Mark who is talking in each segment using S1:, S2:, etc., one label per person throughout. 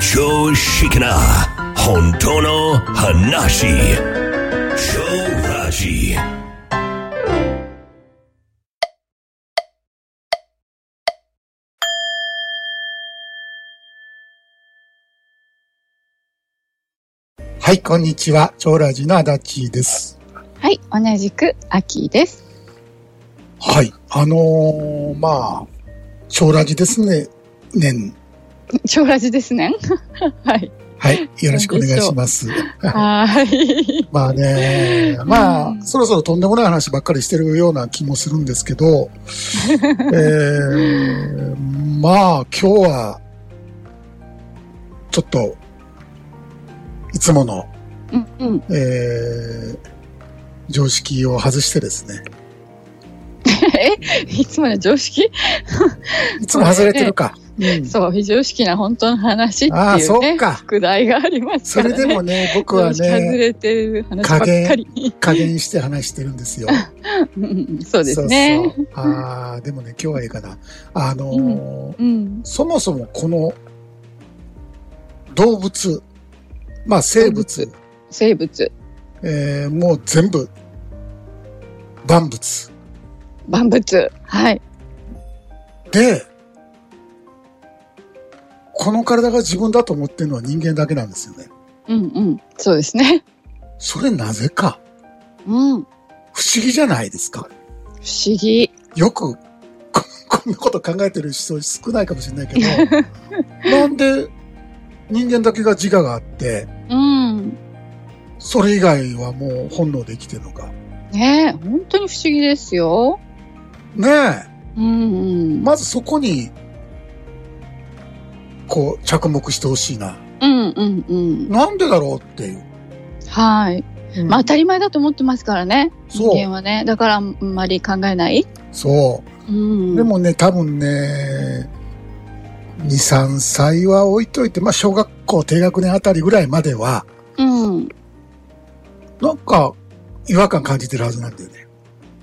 S1: 常識な本当の話超ラジ
S2: はい、こんにちは。超ラジの足立です。
S3: はい、同じく秋です。
S2: はい。あのーまあ、超ラジですね。年。
S3: 超ラジで すね。はい。
S2: はい。よろしくお願いします。
S3: はーい。
S2: まあね、まあ、
S3: うん
S2: そろそろとんでもない話ばっかりしてるような気もするんですけど、えー、まあ、今日は、ちょっと、いつもの、
S3: うんうん。
S2: えー、常識を外してですね。
S3: いつもの常識
S2: いつも外れてるか。うん
S3: そう、非常識な本当の話って
S2: ああ、
S3: いう
S2: そう
S3: ね。
S2: か。
S3: 副題があります
S2: そ
S3: から
S2: れ
S3: ね。
S2: でも ね、僕は
S3: 常識外
S2: ね、
S3: れてる話ばっかり。
S2: 加減して話してるん ですよ。
S3: うんうん そうですね。
S2: そうそうああ、でもね、今日はええかな。あのー
S3: うん。
S2: そもそもこの動物、まあ生物、
S3: 生物、
S2: えーもう全部万物
S3: 万物。はい。
S2: で、この体が自分だと思ってるのは人間だけなんですよね。
S3: うんうん。そうですね。
S2: それなぜか
S3: うん。不
S2: 不思議じゃないですか。
S3: 思議。
S2: よくこ、 こんなこと考えてる人少ないかもしれないけど、なんで人間だけが自我があって、
S3: うん。
S2: それ以外はもう本能で生きてるのか。
S3: ねえ、本当に不思議ですよ。
S2: ねえ、
S3: うんうん。
S2: まずそこに、こう、着目してほしいな。
S3: うんうんうん。
S2: なんでだろうっていう。
S3: はい。
S2: うん
S3: まあ当たり前だと思ってますからね。
S2: そう
S3: 人間はね。だからあんまり考えない。
S2: そうう。
S3: ん。
S2: で、もね、多分ね、2、3歳は置いといて、まあ、小学校低学年あたりぐらいまでは、
S3: うん。
S2: なんか、違和感感じてるはずなんだよね。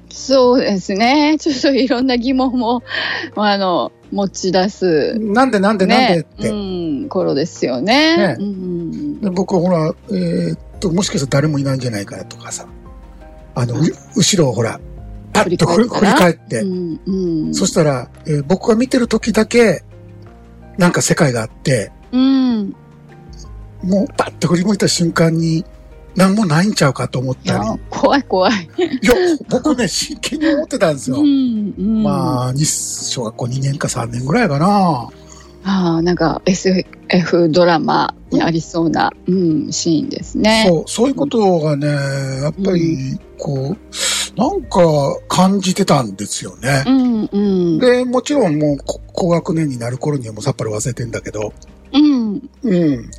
S3: そうですね。 ちょっといろんな疑問も、 あの、持ち出す。
S2: なんでなんでなんでっ
S3: ね。
S2: て。
S3: うん。頃ですよね。
S2: ね
S3: うん。
S2: で僕ほら、えーっと、もしかしたら誰もいないんじゃないかなとかさ。あの、う後ろをほら、パッと振り振
S3: 振
S2: り返
S3: り返
S2: って、
S3: うん。うん。
S2: そしたら、えー僕が見てる時だけ、なんか世界があって、
S3: うん。
S2: もうパッと振り向いた瞬間に、なんもないんちゃうかと思っ
S3: い
S2: た
S3: や
S2: り。、
S3: 怖い怖い。
S2: いや、僕ね、真剣に思ってたんです
S3: う
S2: よ。
S3: ん。うん。あ。
S2: まあ、に小学校2年か3年ぐらいかな。
S3: あーなんか SF ドラマにありそうな、うん、シーンですね。
S2: そう、そういうことがね、やっぱり、こう、なんか感じてたんですよね。
S3: うん。うん。
S2: で、もちろんもうこ高学年になる頃にはもうさっぱり忘れてんだけど。
S3: うん。
S2: うん。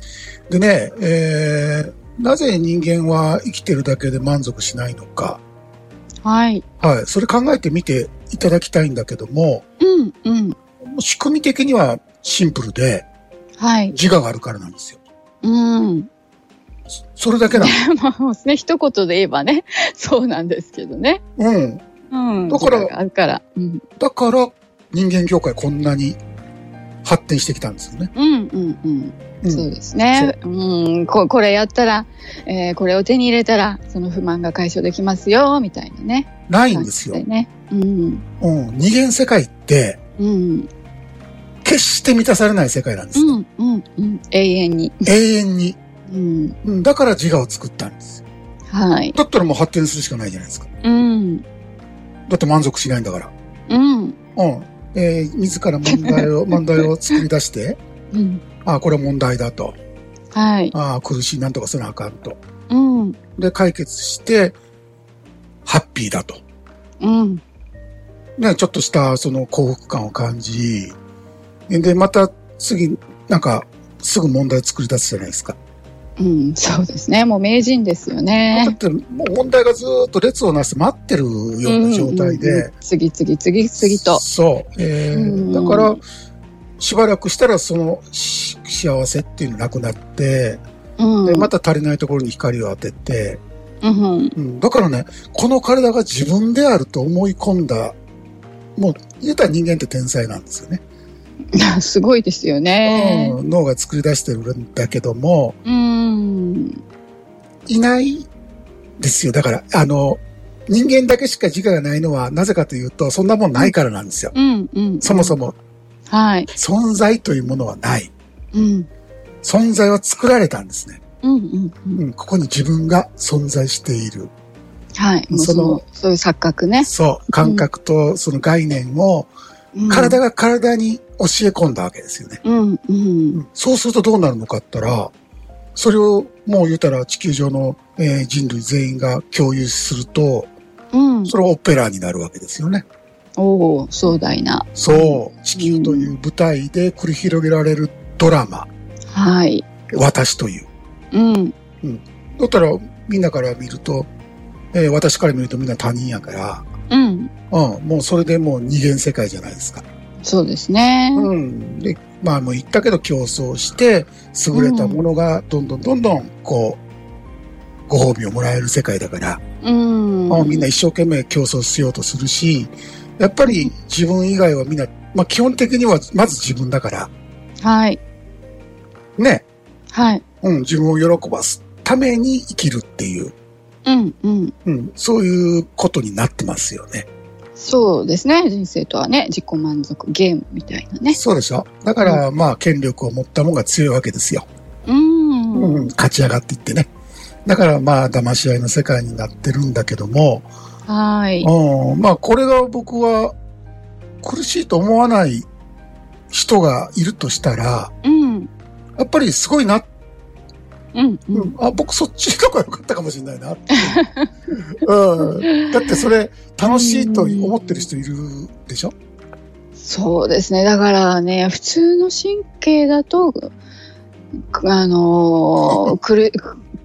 S2: でね、えー、なぜ人間は生きてるだけで満足しないのか。
S3: はい。
S2: はい。それ考えてみていただきたいんだけども、
S3: うん。うん。
S2: 仕組み的にはシンプルで
S3: はい。
S2: 自我があるからなんですよ。
S3: うん。
S2: それだけな
S3: まあ、もうね、一言で言えばね、 そうなんですけどね。
S2: の。うん。
S3: うん。
S2: だから
S3: 時間があるから。うん。
S2: だから人間業界こんなに発展してきたんですよね。
S3: うん、うん、うん。
S2: うん
S3: そうですね。うん。ここれやったら、えーこれを手に入れたら、その不満が解消できますよ、みたいなね。
S2: ないんですよ。
S3: ね。うん。
S2: うん。二元世界って、
S3: うん。
S2: 決して満たされない世界なんで
S3: う
S2: すよ、
S3: ん、うん、うん。永遠に。
S2: 永遠に。
S3: うん。
S2: うん。だから自我を作ったんですよ。
S3: はい。
S2: だったらもう発展するしかないじゃないですか。
S3: うん。
S2: だって満足しないんだから。
S3: うん。
S2: うん。えー自ら問題 を、問題を作り出して、
S3: うん。
S2: ああ、これは問題だと。
S3: はい。
S2: ああ、苦しい、なんとかせなあかんと。
S3: うん。
S2: で、解決して、ハッピーだと。
S3: うん。
S2: ね、ちょっとしたその幸福感を感じ、で、また次、なんか、すぐ問題作り出すじゃないですか。
S3: うん。そうですね。もう名人ですよね
S2: だ。って、もう問題がずーっと列をなして待ってるような状態
S3: うんうんう
S2: で
S3: ん、次々次々と。
S2: そう。え
S3: う
S2: ー、
S3: ん
S2: だから、しばらくしたらそのし幸せっていうのなくなって、
S3: うん。
S2: でまた足りないところに光を当てて、
S3: うん。
S2: うん、だからね、この体が自分であると思い込んだ、もう、言えたら人間って天才なんですよね。
S3: すごいですよね。
S2: うん、脳が作り出してるんだけども、
S3: うん。
S2: いないですよ。だから、あの、人間だけしか自我がないのは、なぜかというと、そんなもんないからなんですよ。
S3: うん。うん。
S2: そもそも、
S3: はい。
S2: 存在というものはない。
S3: うん。
S2: 存在は作られたんですね。
S3: うん。うん。うん
S2: うん、ここに自分が存在している。
S3: はい。もう
S2: そ
S3: そ
S2: の
S3: の、そういう錯覚ね。
S2: そう、感覚とその概念を、
S3: うん
S2: 体が体に教え込んだわけですよね。
S3: うん。うん。
S2: そうするとどうなるのかって言ったら、それをもう言うたら地球上の、えー人類全員が共有すると、
S3: うん。
S2: それはオペラになるわけですよね。
S3: おお、壮大な。
S2: そう、地球という舞台で繰り広げられるドラマ、
S3: はい。
S2: 私という。
S3: うん。
S2: だったらみんなから見ると、えー私から見るとみんな他人やから、
S3: うん。
S2: うん、もうそれでもう二元世界じゃないですか。
S3: そうですね。
S2: うん。で、まあもう言ったけど競争して、優れたものがどんどんどんどん、こう、ご褒美をもらえる世界だから、
S3: うん。
S2: まあみんな一生懸命競争しようとするし、やっぱり自分以外はみんな、まあ基本的にはまず自分だから、
S3: はい。
S2: ね、
S3: はい。
S2: うん、自分を喜ばすために生きるっていう、
S3: うん。うん。
S2: うん、そういうことになってますよね。
S3: そうですね。人生とはね、自己満足ゲームみたいなね。
S2: そうでしょだから、まあ権力を持ったもんが強いわけですよ。
S3: うん。
S2: うん、勝ち上がっていってね。だからまあ、騙し合いの世界になってるんだけども、
S3: はい。
S2: うん、まあ、これが僕は苦しいと思わない人がいるとしたら、
S3: うん。
S2: やっぱりすごいな、
S3: うん。う。
S2: うんん、あ、僕そっちの方が良かったかもしれない なっていう、うん。だってそれ楽しいと思ってる人いるでしょ
S3: そうですね。だからね、普通の神経だと、くあのー苦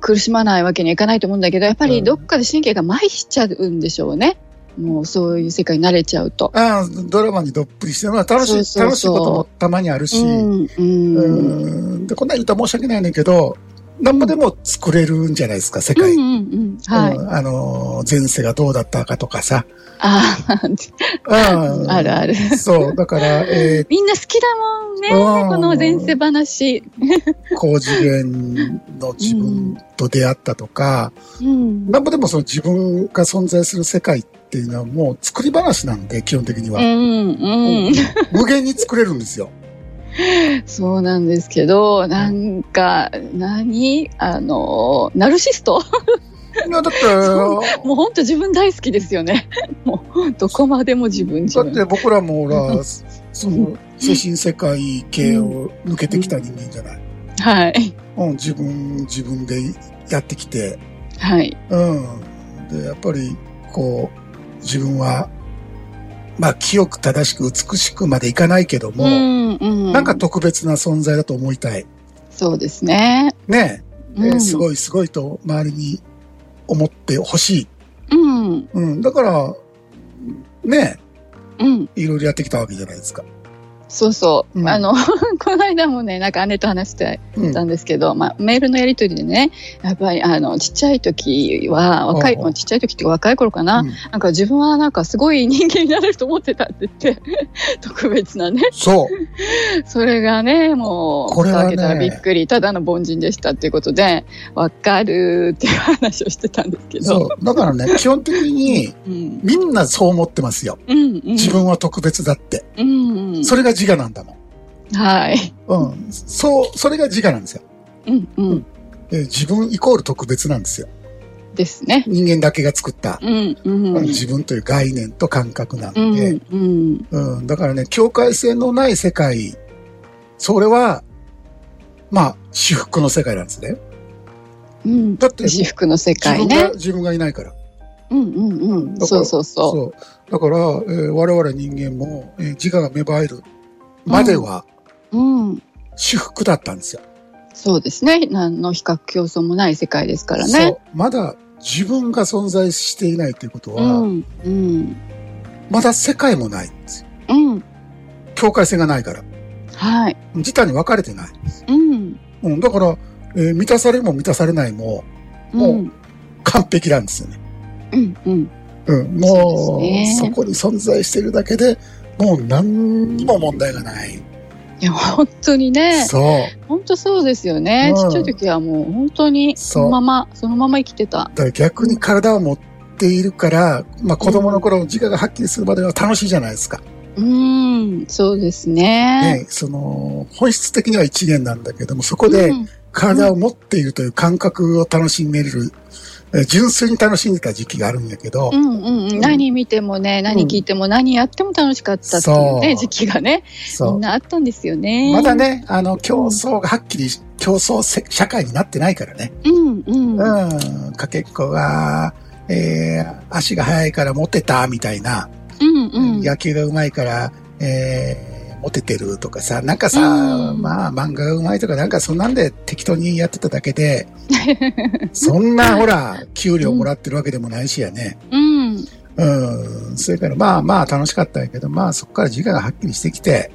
S3: 苦しまないわけにはいかないと思うんだけど、やっぱ
S2: う
S3: り
S2: ん
S3: どっかで神経が麻痺しちゃうんでしょうね。もうそういう世界に慣れちゃうと。
S2: ああドラマにどっぷりしてるのは楽しい、
S3: そうそうそう
S2: 楽しいこともたまにあるし、
S3: うん、うん、うん、
S2: うんでこんなん言うと申し訳ないねんけど、なんぼでも作れるんじゃないですか、世
S3: う
S2: 界。
S3: ん、うん、はい。
S2: うんあのー、前世がどうだったかとか さ。
S3: ああ、
S2: あ
S3: あるある。
S2: そう、だから、え
S3: みんな好きだもんね、
S2: うん
S3: この前世話。
S2: ー、高次元の自分と出会ったとか、
S3: うん、
S2: なんぼでもその自分が存在する世界っていうのはもう作り話なんで、基本的に
S3: う
S2: は。
S3: ん、うん。
S2: 無限に作れるんですよ。
S3: そうなんですけど、なんか、何あの、ナルシスト
S2: いやだって、
S3: そもう本当自分大好きですよね。 もう、どこまでも自分自
S2: だって
S3: 分。
S2: 僕らもほ
S3: う
S2: ら、その精神世界系を抜けてきた人間じゃない。
S3: はい。
S2: うん、自分、自分でやってきて、
S3: はい。
S2: うん。で、やっぱり、こう、自分は、まあ、清く正しく美しくまでいかないけども、
S3: ん、うん
S2: なんか、特別な存在だと思いたい。
S3: そうですね。
S2: ねえ、えーす
S3: い。
S2: ごいすごいと周りに思ってほしい。
S3: うん、
S2: うん。だから、ね
S3: うん。
S2: え、いろいろやってきたわけじゃないですか。
S3: そうそう。
S2: うん
S3: あの、 この間もね、なんか姉と話して
S2: うん
S3: た。んですけど、まあ、メールのやり取りでねやっぱりあのちっちゃい時は若い
S2: うんうん
S3: ちっちゃい時っていうか若い頃かな、
S2: うん
S3: なんか自分はなんかすごい人間になれると思ってたって言って 特別なね
S2: そう。
S3: それがねもう
S2: これはね
S3: 蓋開けたらびっくりただの凡人でしたっていうことでわかるっていう話をしてたんですけど
S2: そう。だからね、基本的に、
S3: うん、
S2: みんなそう思ってますよ。
S3: うんうん
S2: 自分は特別だって。
S3: うんうん
S2: それが自我なんだも
S3: はい
S2: ん。うん。そう、それが自我なんですよ。
S3: うんうん
S2: えー自分イコール特別なんですよ。
S3: ですね
S2: 人間だけが作った、
S3: うんうんうん
S2: 自分という概念と感覚なん
S3: う
S2: で、
S3: んうん
S2: うんだからね、境界線のない世界、それは、まあ、至福の世界なんですね。
S3: うん
S2: だって、
S3: 私
S2: 自
S3: 服の世界
S2: 分が、
S3: ね。
S2: 自分がいないから。
S3: うんうんうん。
S2: だから
S3: そうそうそう。
S2: そう。だから、えー我々人間も、えー自我が芽生えるまでは、
S3: うん、
S2: 至福だったんですよ。
S3: そうですね。何の比較競争もない世界ですから
S2: そ
S3: ね。
S2: う。まだ自分が存在していないということ
S3: う
S2: は、
S3: ん、うん、
S2: まだ世界もないんですよ。
S3: うん、
S2: 境界線がないから。
S3: はい、
S2: 自他に分かれてない。
S3: うん、
S2: うん、だから、えー満たされも満たされないも
S3: うん、う、
S2: もうん完璧なんですよね。
S3: うん、
S2: うん、もう
S3: そうですね
S2: そこに存在してるだけでもう何にも問題がない。
S3: いや本当にね
S2: そう。
S3: 本当そうですよね、
S2: うん
S3: ちっちゃい時はもう本当にそのままそのまま生きて
S2: だ
S3: た
S2: から逆に体を持っているから、まあ子供の頃、自我がはっきりするまでは楽しいじゃないですか。
S3: うんそうですね
S2: ね、その、本質的には一元なんだけども、そこで
S3: うん
S2: 体を持っているという感覚を楽しめる、えー純粋に楽しんでた時期があるんだけど、
S3: うんうんうん、何見てもね、何聞いても、何やっても楽しかったっていう
S2: そ
S3: ね、
S2: う
S3: 時期がね、み
S2: そ
S3: ん
S2: う。
S3: なあったんですよね。
S2: まだ、ね、あの、競争がはっきり、競争せ社会になってないからね。
S3: うんうん、うん
S2: うん、かけっこが、えー足が速いからモテた、みたいな。
S3: うん、
S2: 野球がうまいから、えーモテてるとかさ、なんかさ、
S3: うん
S2: まあ漫画がうまいとかなんかそんなんで適当にやってただけで、 そんなほら、給料もらってるわけでもないしやね。
S3: うん、
S2: うん、それからまあまあ楽しかったんやけど、まあそこから自我がはっきりしてきて、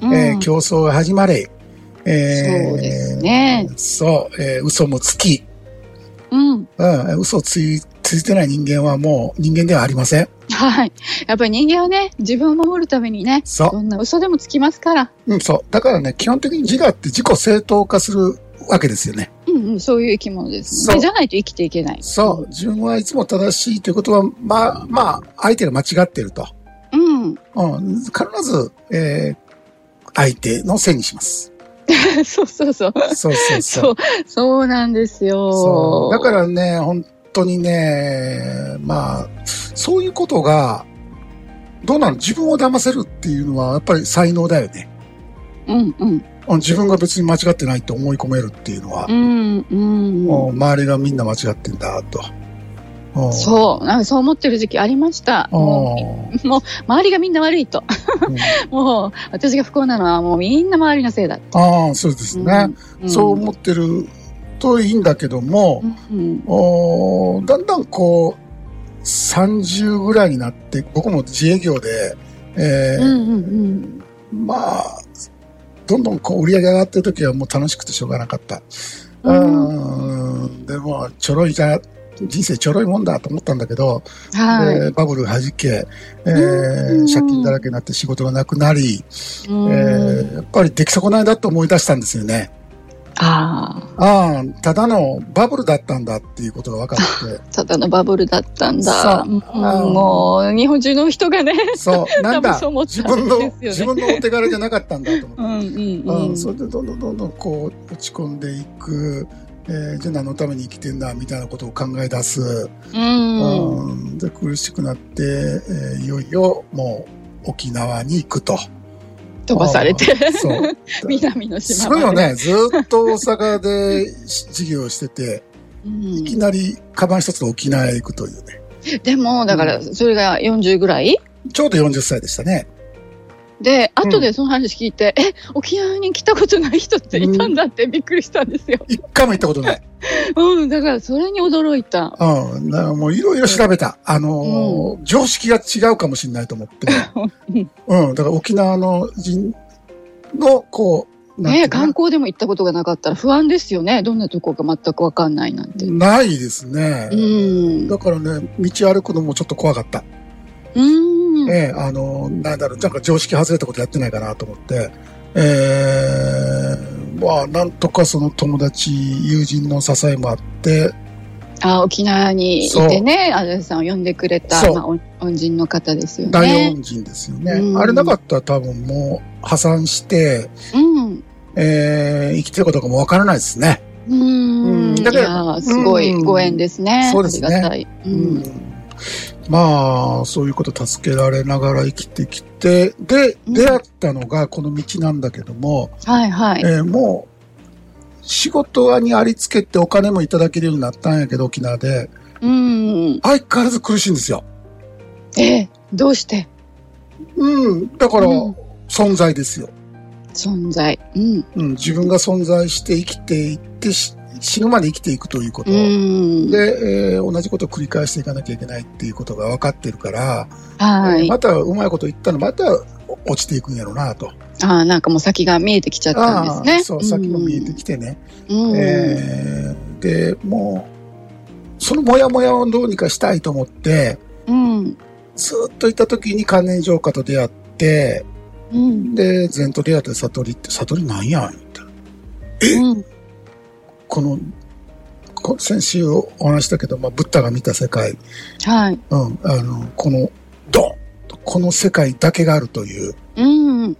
S3: うん、
S2: えー競争が始まり、えー
S3: そうですね
S2: そう、えー嘘もつき、
S3: うん、
S2: うん、嘘ついついてない人間はもう人間ではありません。
S3: はい。やっぱり人間はね、自分を守るためにね、
S2: そう。
S3: どんな嘘でもつきますから、
S2: うん、そう。だからね、基本的に自我って自己正当化するわけですよね。
S3: うんうん、そういう生き物です
S2: そ
S3: ね。
S2: う
S3: じゃないと生きていけない。
S2: そう。自分はいつも正しいということは、まあ、まあ、相手が間違ってると。
S3: うん、
S2: うん。必ず、えー、相手のせいにします。
S3: そうそうそう。
S2: そうそうそ。
S3: そう う、そうなんですよ。
S2: そう。だからね、本当にね、まあ、そういうことが、どうなの自分を騙せるっていうのは、やっぱり才能だよね。
S3: うんうん、
S2: うん自分が別に間違ってないと思い込めるっていうのは
S3: う、んうん。
S2: うん周りがみんな間違ってんだ、と。うん
S3: そう、なんかそう思ってる時期ありました。もう
S2: あ
S3: もう周りがみんな悪いと、
S2: ーうん
S3: もう私が不幸なのはもうみんな周りのせいだ。
S2: あー、そうですね、
S3: ん
S2: そう思ってるといいんだけども、
S3: うん
S2: おーだんだんこう、30ぐらいになって、僕も自営業で、え
S3: う
S2: ー
S3: んうん
S2: まあ、どんどんこう売り上げ上がってる時はもう楽しくてしょうがなかった。う、
S3: うん
S2: でも、ちょろいな、人生ちょろいもんだと思ったんだけど、
S3: うん、は
S2: えーバブル弾け、えー
S3: うん
S2: 借金だらけになって仕事がなくなり、
S3: い。うん
S2: えーやっぱり出来損ないだと思い出したんですよね。
S3: あ
S2: ああ、ただのバブルだったんだっていうことが分か っ
S3: あ、ただのバブルだったん
S2: さあ
S3: だ。うん
S2: あー
S3: もう日本中の人がね、
S2: て、そう、なん
S3: 多
S2: だ
S3: 分そう、思った
S2: 自
S3: んです
S2: 分の、自
S3: よね
S2: 分のお手柄じゃなかったんだと
S3: う
S2: 思っ
S3: ん
S2: て。
S3: うん
S2: う、
S3: うんん、
S2: それでどんどんどんどんこう落ち込んでいく、えーじゃあ何のために生きてんだみたいなことを考え出す、
S3: うん、
S2: うん、で苦しくなって、えーいよいよもう沖縄に行くと。
S3: 飛ばされて、
S2: あーそう。
S3: 南の
S2: す
S3: 島
S2: ごい
S3: ま
S2: よ
S3: で。
S2: ね。ずーっと大阪で事業をしてて、
S3: うん
S2: いきなりカバン一つで沖縄へ行くというね。
S3: でもだからそれが40ぐらい
S2: ちょうど40歳でしたね。
S3: で後でその話聞いて、え沖縄に来たことない人っていたんだってびっくりしたんですよ。
S2: 一回も行ったことない。
S3: うん、だからそれに驚いた。
S2: うん。だからもういろいろ調べた。あのー常識が違うかもしれないと思って。うん。だから沖縄の人の、こう、なんてい
S3: ね、
S2: うか
S3: 観光でも行ったことがなかったら不安ですよね。どんなとこか全くわかんないなんて。
S2: なないですね。
S3: うん。
S2: だからね、道歩くのもちょっと怖かった。
S3: うん。
S2: ええあのーなんだろう、なんか常識外れたことやってないかなと思って。えー、まあ、なんとかその友達、友人の支えもあって、
S3: あ、沖縄にいてね、あずさんを呼んでくれた
S2: そ、う
S3: まあ、恩恩人の方ですよ
S2: 大
S3: ね。
S2: 恩人ですよね。
S3: うん
S2: あれなかったら多分もう破産して、
S3: うん。
S2: えー生きてるかどうかもわからないですね。
S3: うん。
S2: うん
S3: い
S2: だから
S3: やー、すごい
S2: うん
S3: ご縁ですね。
S2: そうですね
S3: ありがたい。うん。
S2: まあ、そういうこと助けられながら生きてきて、で、
S3: うん
S2: 出会ったのがこの道なんだけども、
S3: はいはい。
S2: えーもう、仕事にありつけてお金もいただけるようになったんやけど、沖縄で。
S3: うん。
S2: 相変わらず苦しいんですよ。
S3: え、どうして
S2: うん。だから、
S3: うん
S2: 存在ですよ。
S3: 存在。うん。
S2: うん。自分が存在して生きていってし、死ぬまで生きていくということ。
S3: うん。
S2: で、えー同じことを繰り返していかなきゃいけないっていうことが分かってるから、
S3: はい。
S2: またうまいこと言ったらまた落ちていくんやろうなと。
S3: ああ、なんかもう先が見えてきちゃったんです
S2: あ
S3: ね。
S2: あそう、先も見えてきてね。
S3: うん。
S2: えーで、もう、そのモヤモヤをどうにかしたいと思って、
S3: うん。
S2: ずっと行った時に関連浄化と出会って、
S3: うん。
S2: で、禅取りやって悟りって、悟りなんや言ったら
S3: うん。
S2: この、こ先週お話ししたけど、まあ、ブッダが見た世界、
S3: はい。
S2: うん、あの、この、ドンとこの世界だけがあるという、
S3: うん。
S2: うん、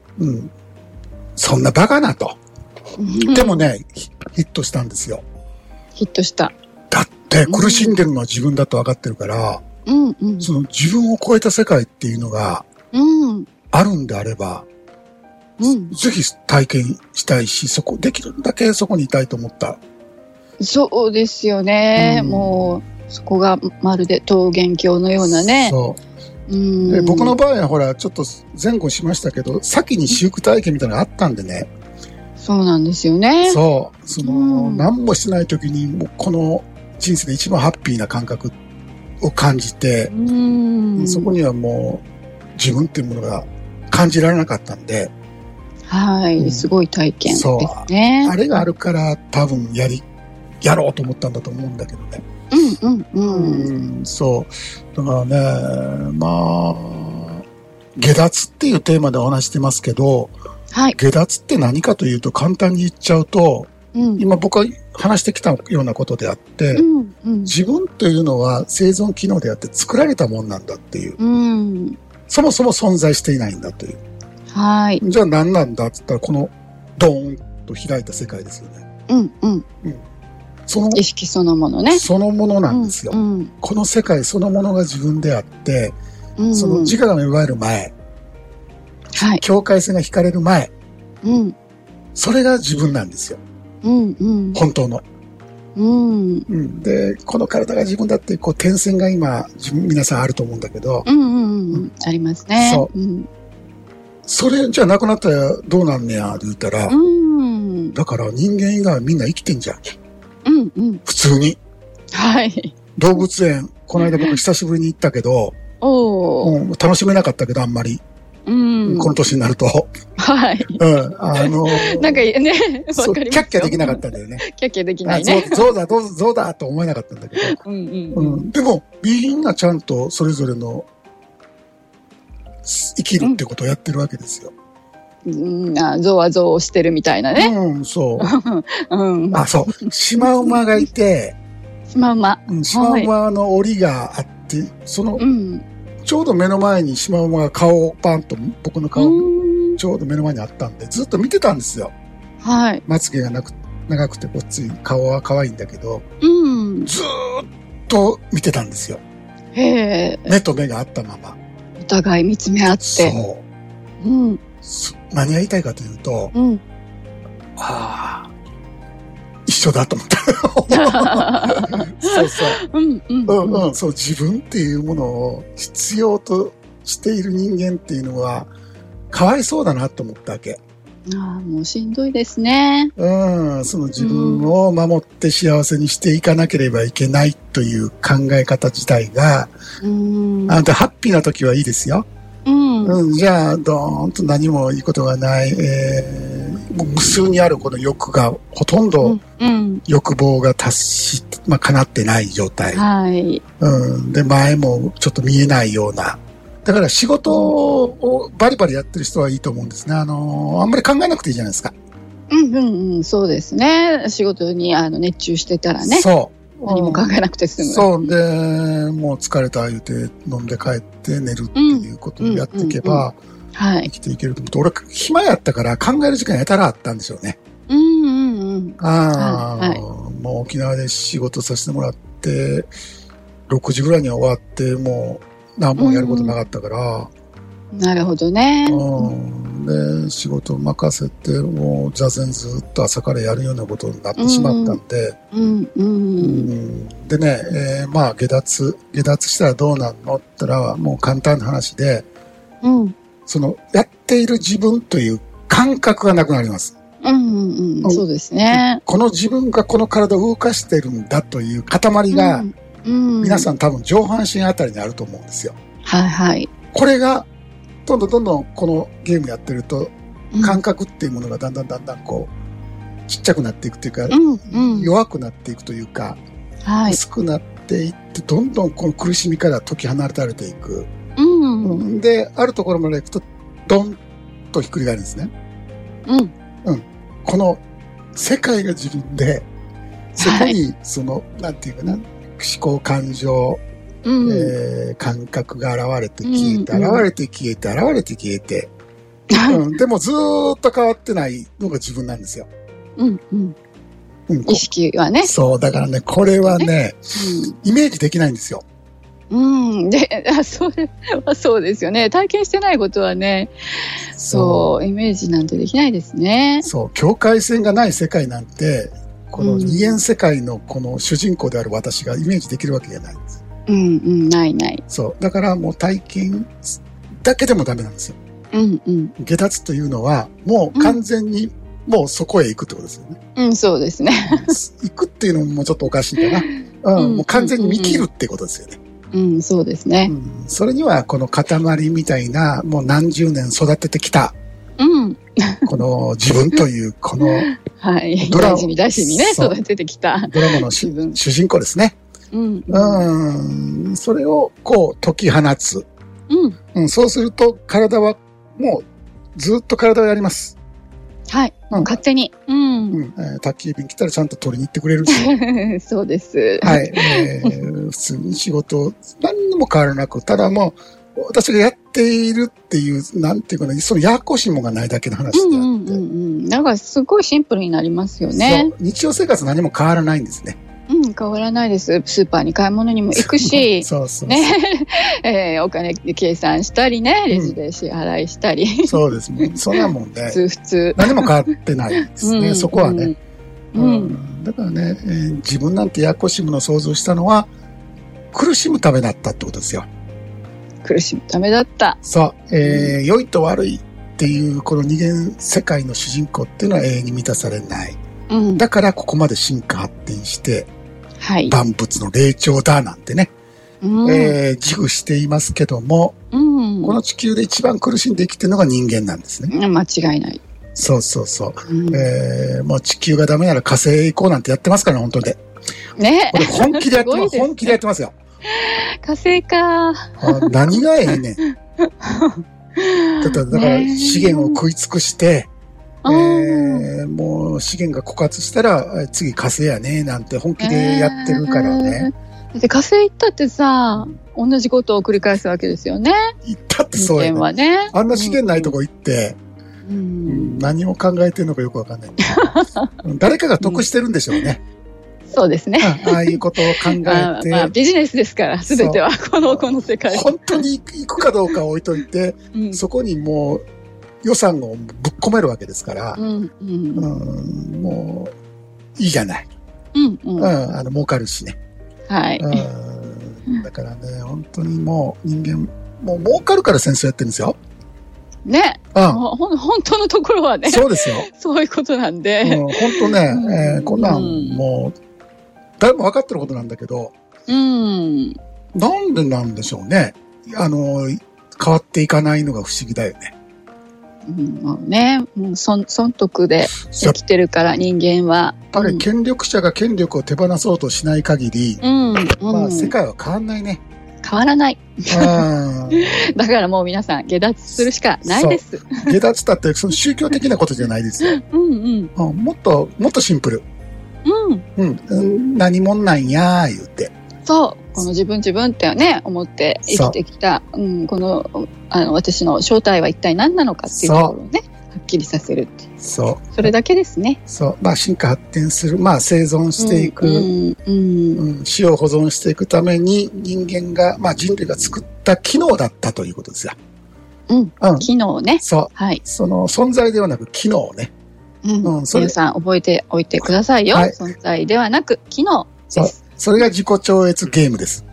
S2: そんなバカなと。でもね、ヒヒットしたんですよ。
S3: ヒットした。
S2: だって、苦しんでるのは自分だと分かってるから、
S3: うんうん。
S2: その自分を超えた世界っていうのが
S3: うん。
S2: あるんであれば、
S3: うん。
S2: ぜひ体験したいし、そこ、できるだけそこにいたいと思った。
S3: そうですよね。
S2: うん
S3: もう、そこがまるで桃源郷のようなね。
S2: そうう。
S3: ん。
S2: で僕の場合はほら、ちょっと前後しましたけど、先に私服体験みたいなのがあったんでね、
S3: そうなんですよね。
S2: そう。その、
S3: うん
S2: 何もしない時に、もうこの人生で一番ハッピーな感覚を感じて、
S3: うん。
S2: そこにはもう自分っていうものが感じられなかったんで、
S3: は
S2: うん
S3: い。すごい体験です
S2: そう
S3: ね。
S2: あれがあるから多分やり、やろうと思ったんだと思うんだけどね。
S3: うんうんうん。
S2: うん、そう。だからね、まあ、下脱っていうテーマでお話してますけど、
S3: はい。
S2: 下脱って何かというと簡単に言っちゃうと、
S3: うん。
S2: 今僕が話してきたようなことであって、
S3: うんうん。
S2: 自分というのは生存機能であって作られたもんなんだっていう、
S3: うん。
S2: そもそも存在していないんだという。
S3: はい。
S2: じゃあ何なんだって言ったら、このドーンと開いた世界ですよね。
S3: うんうん。
S2: その、
S3: 意識そのものね。
S2: そのものなんですよ。
S3: うん
S2: この世界そのものが自分であって、
S3: うん。
S2: その自我が芽生える前、
S3: はい。
S2: 境界線が引かれる前、
S3: うん
S2: それが自分なんですよ。
S3: うんうん。
S2: 本当の。
S3: うん。
S2: うん、で、この体が自分だっていう、こう、点線が今、自分、皆さんあると思うんだけど、
S3: うんうんうん。ありますね。。
S2: そう
S3: うん。
S2: それじゃなくなったらどうなんねや、って言ったら、
S3: うん。
S2: だから人間以外はみんな生きてんじゃん。
S3: うんうん。
S2: 普通に。
S3: はい。
S2: 動物園、この間僕久しぶりに行ったけど、
S3: おお。
S2: うん楽しめなかったけど、あんまり。
S3: うん。
S2: この年になると。
S3: はい。
S2: うん、あのー、
S3: なんかね、
S2: そう
S3: わかりま
S2: キ
S3: すよ
S2: ャッキャできなかっ。たんだよね。
S3: キャッキャできな
S2: あ
S3: い
S2: ゾ
S3: ね。
S2: ウゾウだ、ゾウゾウだと思えなかったんだけど。
S3: うんう
S2: うん
S3: うん。
S2: ん、でも、みんなちゃんとそれぞれの生きるってことをやってるわけですよ。
S3: うん、あゾワゾワしてるみたいなね。
S2: うん、そう。
S3: うん。
S2: あ、そう。シマウマがいて、
S3: まあまあ。
S2: うんシマウマの檻があって、その
S3: う、ん。
S2: ちょうど目の前にシマウマが顔をパンと僕の顔、
S3: うん
S2: ちょうど目の前にあったんで、ずっと見てたんですよ。
S3: はい。
S2: まつげがなく長くてこっち顔は可愛いんだけど、
S3: うん。
S2: ずーっと見てたんですよ。
S3: へえ。
S2: 目と目があったまま。
S3: お互い見つめ合って。
S2: そう。
S3: うん。
S2: そ何が言いたいかというと、
S3: うん。
S2: ああ、一緒だと思 った。そうそう。
S3: うんう
S2: うん
S3: んうん
S2: うん、そう、自分っていうものを必要としている人間っていうのは、かわいそうだなと思ったわけ。
S3: ああ、もうしんどいですね。
S2: うん、その自分を守って幸せにしていかなければいけないという考え方自体が、
S3: うん。
S2: あんたハッピーな時はいいですよ。
S3: うん。
S2: うん、じゃあ、どーんと何もいいことがない、えー、もう無数にあるこの欲が、ほとん
S3: う
S2: ど
S3: ん。うん。
S2: 欲望が達し、まあ、叶ってない状態。
S3: はい。
S2: うん。で、前もちょっと見えないような。だから仕事をバリバリやってる人はいいと思うんですね。あのーあんまり考えなくていいじゃないですか。
S3: うんうんうん。そうですね。仕事にあの熱中してたらね。
S2: そう。
S3: 何も考えなくて済む。
S2: そう。で、もう疲れた言うて飲んで帰って寝るっていうことをやっていけば
S3: は
S2: 生
S3: い。
S2: きていけると思って、俺暇やったから考える時間やたらあったんでしょうね。
S3: うんうんうん。
S2: ああ、
S3: はい
S2: もう沖縄で仕事させてもらって、6時ぐらいには終わって、もう何もやることなかったから、
S3: なるほどね。
S2: うん、で、仕事を任せて、もう座禅ずっと朝からやるようなことになってしまったんで、
S3: うん
S2: う
S3: う。
S2: んんでね、えーまあ、下脱、下脱したらどうなんのって言ったら、もう簡単な話で、
S3: うん。
S2: その、やっている自分という感覚がなくなります。
S3: うんうんうん。そうですね。
S2: この自分がこの体を動かしてるんだという塊が、
S3: うん、
S2: 皆さ
S3: ん。
S2: ん多分上半身あたりにあると思うんですよ。
S3: はいはい。
S2: これが、どんどんどんどんこのゲームやってると、
S3: うん
S2: 感覚っていうものがだんだんだんだんこう、ちっちゃくなっていくというか、
S3: うんうん。
S2: 弱くなっていくというか、
S3: はい。
S2: 薄くなっていって、どんどんこの苦しみから解き放たれていく。
S3: うん。
S2: で、あるところまで行くと、ドンとひっくり返るんですね。
S3: うん。
S2: この世界が自分で、そこ
S3: は
S2: に、その、なんていうかな、思考、感情、
S3: う
S2: え
S3: ん。
S2: ー感覚が現れて消えて、
S3: うんうん
S2: 現れて消えて、現れて消えて、うん、でもずーっと変わってないのが自分なんですよ。
S3: うん。うん。
S2: うん、こ
S3: 意識はね。
S2: そう、だからね、これはね、イメージできないんですよ。
S3: うん。うん。で、あ、それはそうですよね。体験してないことはね、そう、イメージなんてできないですね。
S2: そう、境界線がない世界なんて、この
S3: うん
S2: 二元世界のこの主人公である私がイメージできるわけじゃないんです。
S3: うん。うん。ないない。
S2: そう。だからもう体験だけでもダメなんですよ。
S3: うん。うん。
S2: 下脱というのは、もう完全に、もうそこへ行くってことですよね。
S3: うん、そうですね。
S2: 行くっていうのもちょっとおかしいかな。う、
S3: うんん
S2: もう完全に見切るってことですよね。
S3: うん、そうですね
S2: う。ん、それにはこの塊みたいな、もう何十年育ててきた、
S3: うん。
S2: この自分という、この
S3: はい。
S2: ドラ
S3: 大事に大事にね、
S2: そう
S3: 育ててきた。
S2: ドラマの
S3: 自
S2: 主
S3: 分。
S2: 主人公ですね。
S3: うん。
S2: うん、それをこう解き放つ。
S3: うん。
S2: うん、そうすると体はもうずっと体をやります。
S3: はい。
S2: うん
S3: 勝手に。うん
S2: う。んえー宅急便来たらちゃんと取りに行ってくれるし、
S3: そうです。
S2: はいえー普通に仕事何にも変わらなく、ただもう私がやっているっていう、なんていうかな、そのややこしいもんがないだけの話であ
S3: う
S2: っ
S3: ん
S2: て、
S3: うんうんうん。だからすごいシンプルになりますよね。
S2: そう日常生活何も変わらないんですね。
S3: うん、変わらないです。スーパーに買い物にも行くし、
S2: そうそうそう。
S3: ね、 えーお金計算したりね、レジで支払いしたり、
S2: そうです もん。そんなもんで
S3: 普、通普通。
S2: 何も変わってないんです
S3: う
S2: ね。
S3: ん
S2: そこはね。。
S3: うん。うん
S2: だからね、えー自分なんてややこしいものを想像したのは、苦しむためだったってことですよ。
S3: 苦しむためだった。
S2: そう、えー良いと悪いっていう、この二元世界の主人公っていうのは永遠に満たされない。
S3: うん。
S2: だからここまで進化発展して、
S3: はい。
S2: 万物の霊長だなんてね、
S3: うん。
S2: えー自負していますけども、
S3: うん
S2: この地球で一番苦しんで生きてるのが人間なんですね。
S3: 間違いない。
S2: そうそうそう。
S3: うん
S2: えーもう地球がダメなら火星へ行こうなんてやってますからね、本当にね。
S3: ね
S2: これ本気でやってま、
S3: すごいですすね
S2: 本気でやってますよ。
S3: 火星か。
S2: あ何がええ ねん。だから、だから
S3: ねえ
S2: 資源を食い尽くして、え
S3: うん
S2: ーもう資源が枯渇したら、え次火星やね、なんて本気でやってるからね。
S3: えー。だって火星行ったってさ、同じことを繰り返すわけですよね。
S2: 行ったってそうや
S3: 人間
S2: ね。
S3: はね。
S2: あんな資源ないとこ行って、
S3: う
S2: うん
S3: ん。
S2: 何を考えてるのかよくわかんない。うん誰かが得してるんでしょうね。
S3: そうですね。
S2: うんああいうことを考
S3: まあ
S2: え
S3: まあ、
S2: て、
S3: ビジネスですから、すべてはこの、この世界。
S2: 本当に行くかどうかは置いといて、
S3: うん
S2: そこにもう予算をぶっ込めるわけですから。
S3: うん、うん、
S2: うんもう、いいじゃない。
S3: うん、
S2: う、
S3: うんん。
S2: あの、儲かるしね。
S3: はい。
S2: うん、だからね、本当にもう、人間、もう儲かるから戦争やってるんですよ。
S3: ね、
S2: うん、
S3: ほんほん本当のところは ね、
S2: そうですよ。
S3: そういうことなん
S2: う
S3: で。
S2: ん、本当ね、
S3: うん
S2: えーこんなん、
S3: うん
S2: もう、誰も分かってることなんだけど、
S3: うん。
S2: なんでなんでしょうね。あの、変わっていかないのが不思議だよね。
S3: うん、もうね、もう損、損得で
S2: や
S3: 生
S2: っ
S3: きてるから、人間は。
S2: ぱり権力者が権力を手放そうとしない限り、
S3: うん、うん、
S2: まあ、
S3: うん
S2: 世界は変わんないね。
S3: 変わらない。
S2: うん。
S3: だからもう皆さん、下脱するしかないです。
S2: 下脱だって、その宗教的なことじゃないですよ。
S3: うん、うん、
S2: うんもっと、もっとシンプル。
S3: う
S2: う
S3: ん。
S2: ん。うん何もんなんやー言って。
S3: そう、この自分自分ってね、思って生きてきた、うん、この、あの、私の正体は一体何なのかっていうところをね、はっきりさせるっていう。
S2: そう。
S3: それだけですね。
S2: そう。まあ、進化発展する。まあ、生存していく。
S3: う
S2: うん
S3: ん、うん、
S2: 死を保存していくために人間が、まあ人類が作った機能だったということですよ。
S3: うん
S2: うん。
S3: 機能ね。
S2: そう。
S3: はい。
S2: その存在ではなく機能ね。
S3: うん。
S2: うんそれ
S3: 皆さん覚えておいてくださいよ。
S2: はい
S3: 存在ではなく、機能です。
S2: それが自己超越ゲームです。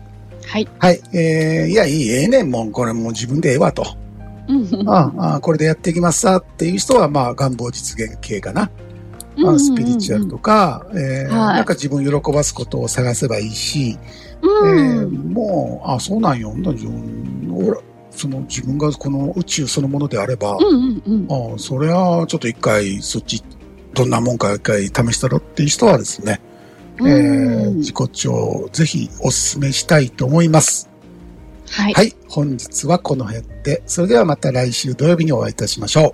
S3: はい。
S2: はい。えー、いや、いい、ええねん、もう、これもう自分でええわと。
S3: うん、うん
S2: ああ、これでやっていきますさっていう人は、まあ、願望実現系かな。まあ、スピリチュアルとか、えー
S3: はい
S2: なんか自分を喜ばすことを探せばいいし、
S3: うんうん
S2: え
S3: う
S2: ー
S3: ん
S2: もう、あ、そうなんよ、自分の、ほらその自分がこの宇宙そのものであれば、
S3: うんうん
S2: あそれはちょっと一回そっち、どんなもんか一回試したろっていう人はですね、
S3: うん
S2: えー
S3: うん
S2: 自己調、ぜひお勧めしたいと思います。
S3: はい
S2: はい、本日はこの辺で、それではまた来週土曜日にお会いいたしましょう。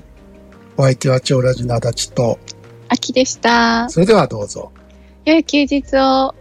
S2: お相手は超ラジの足立と、
S3: 秋でした。
S2: それではどうぞ。
S3: 良い休日を。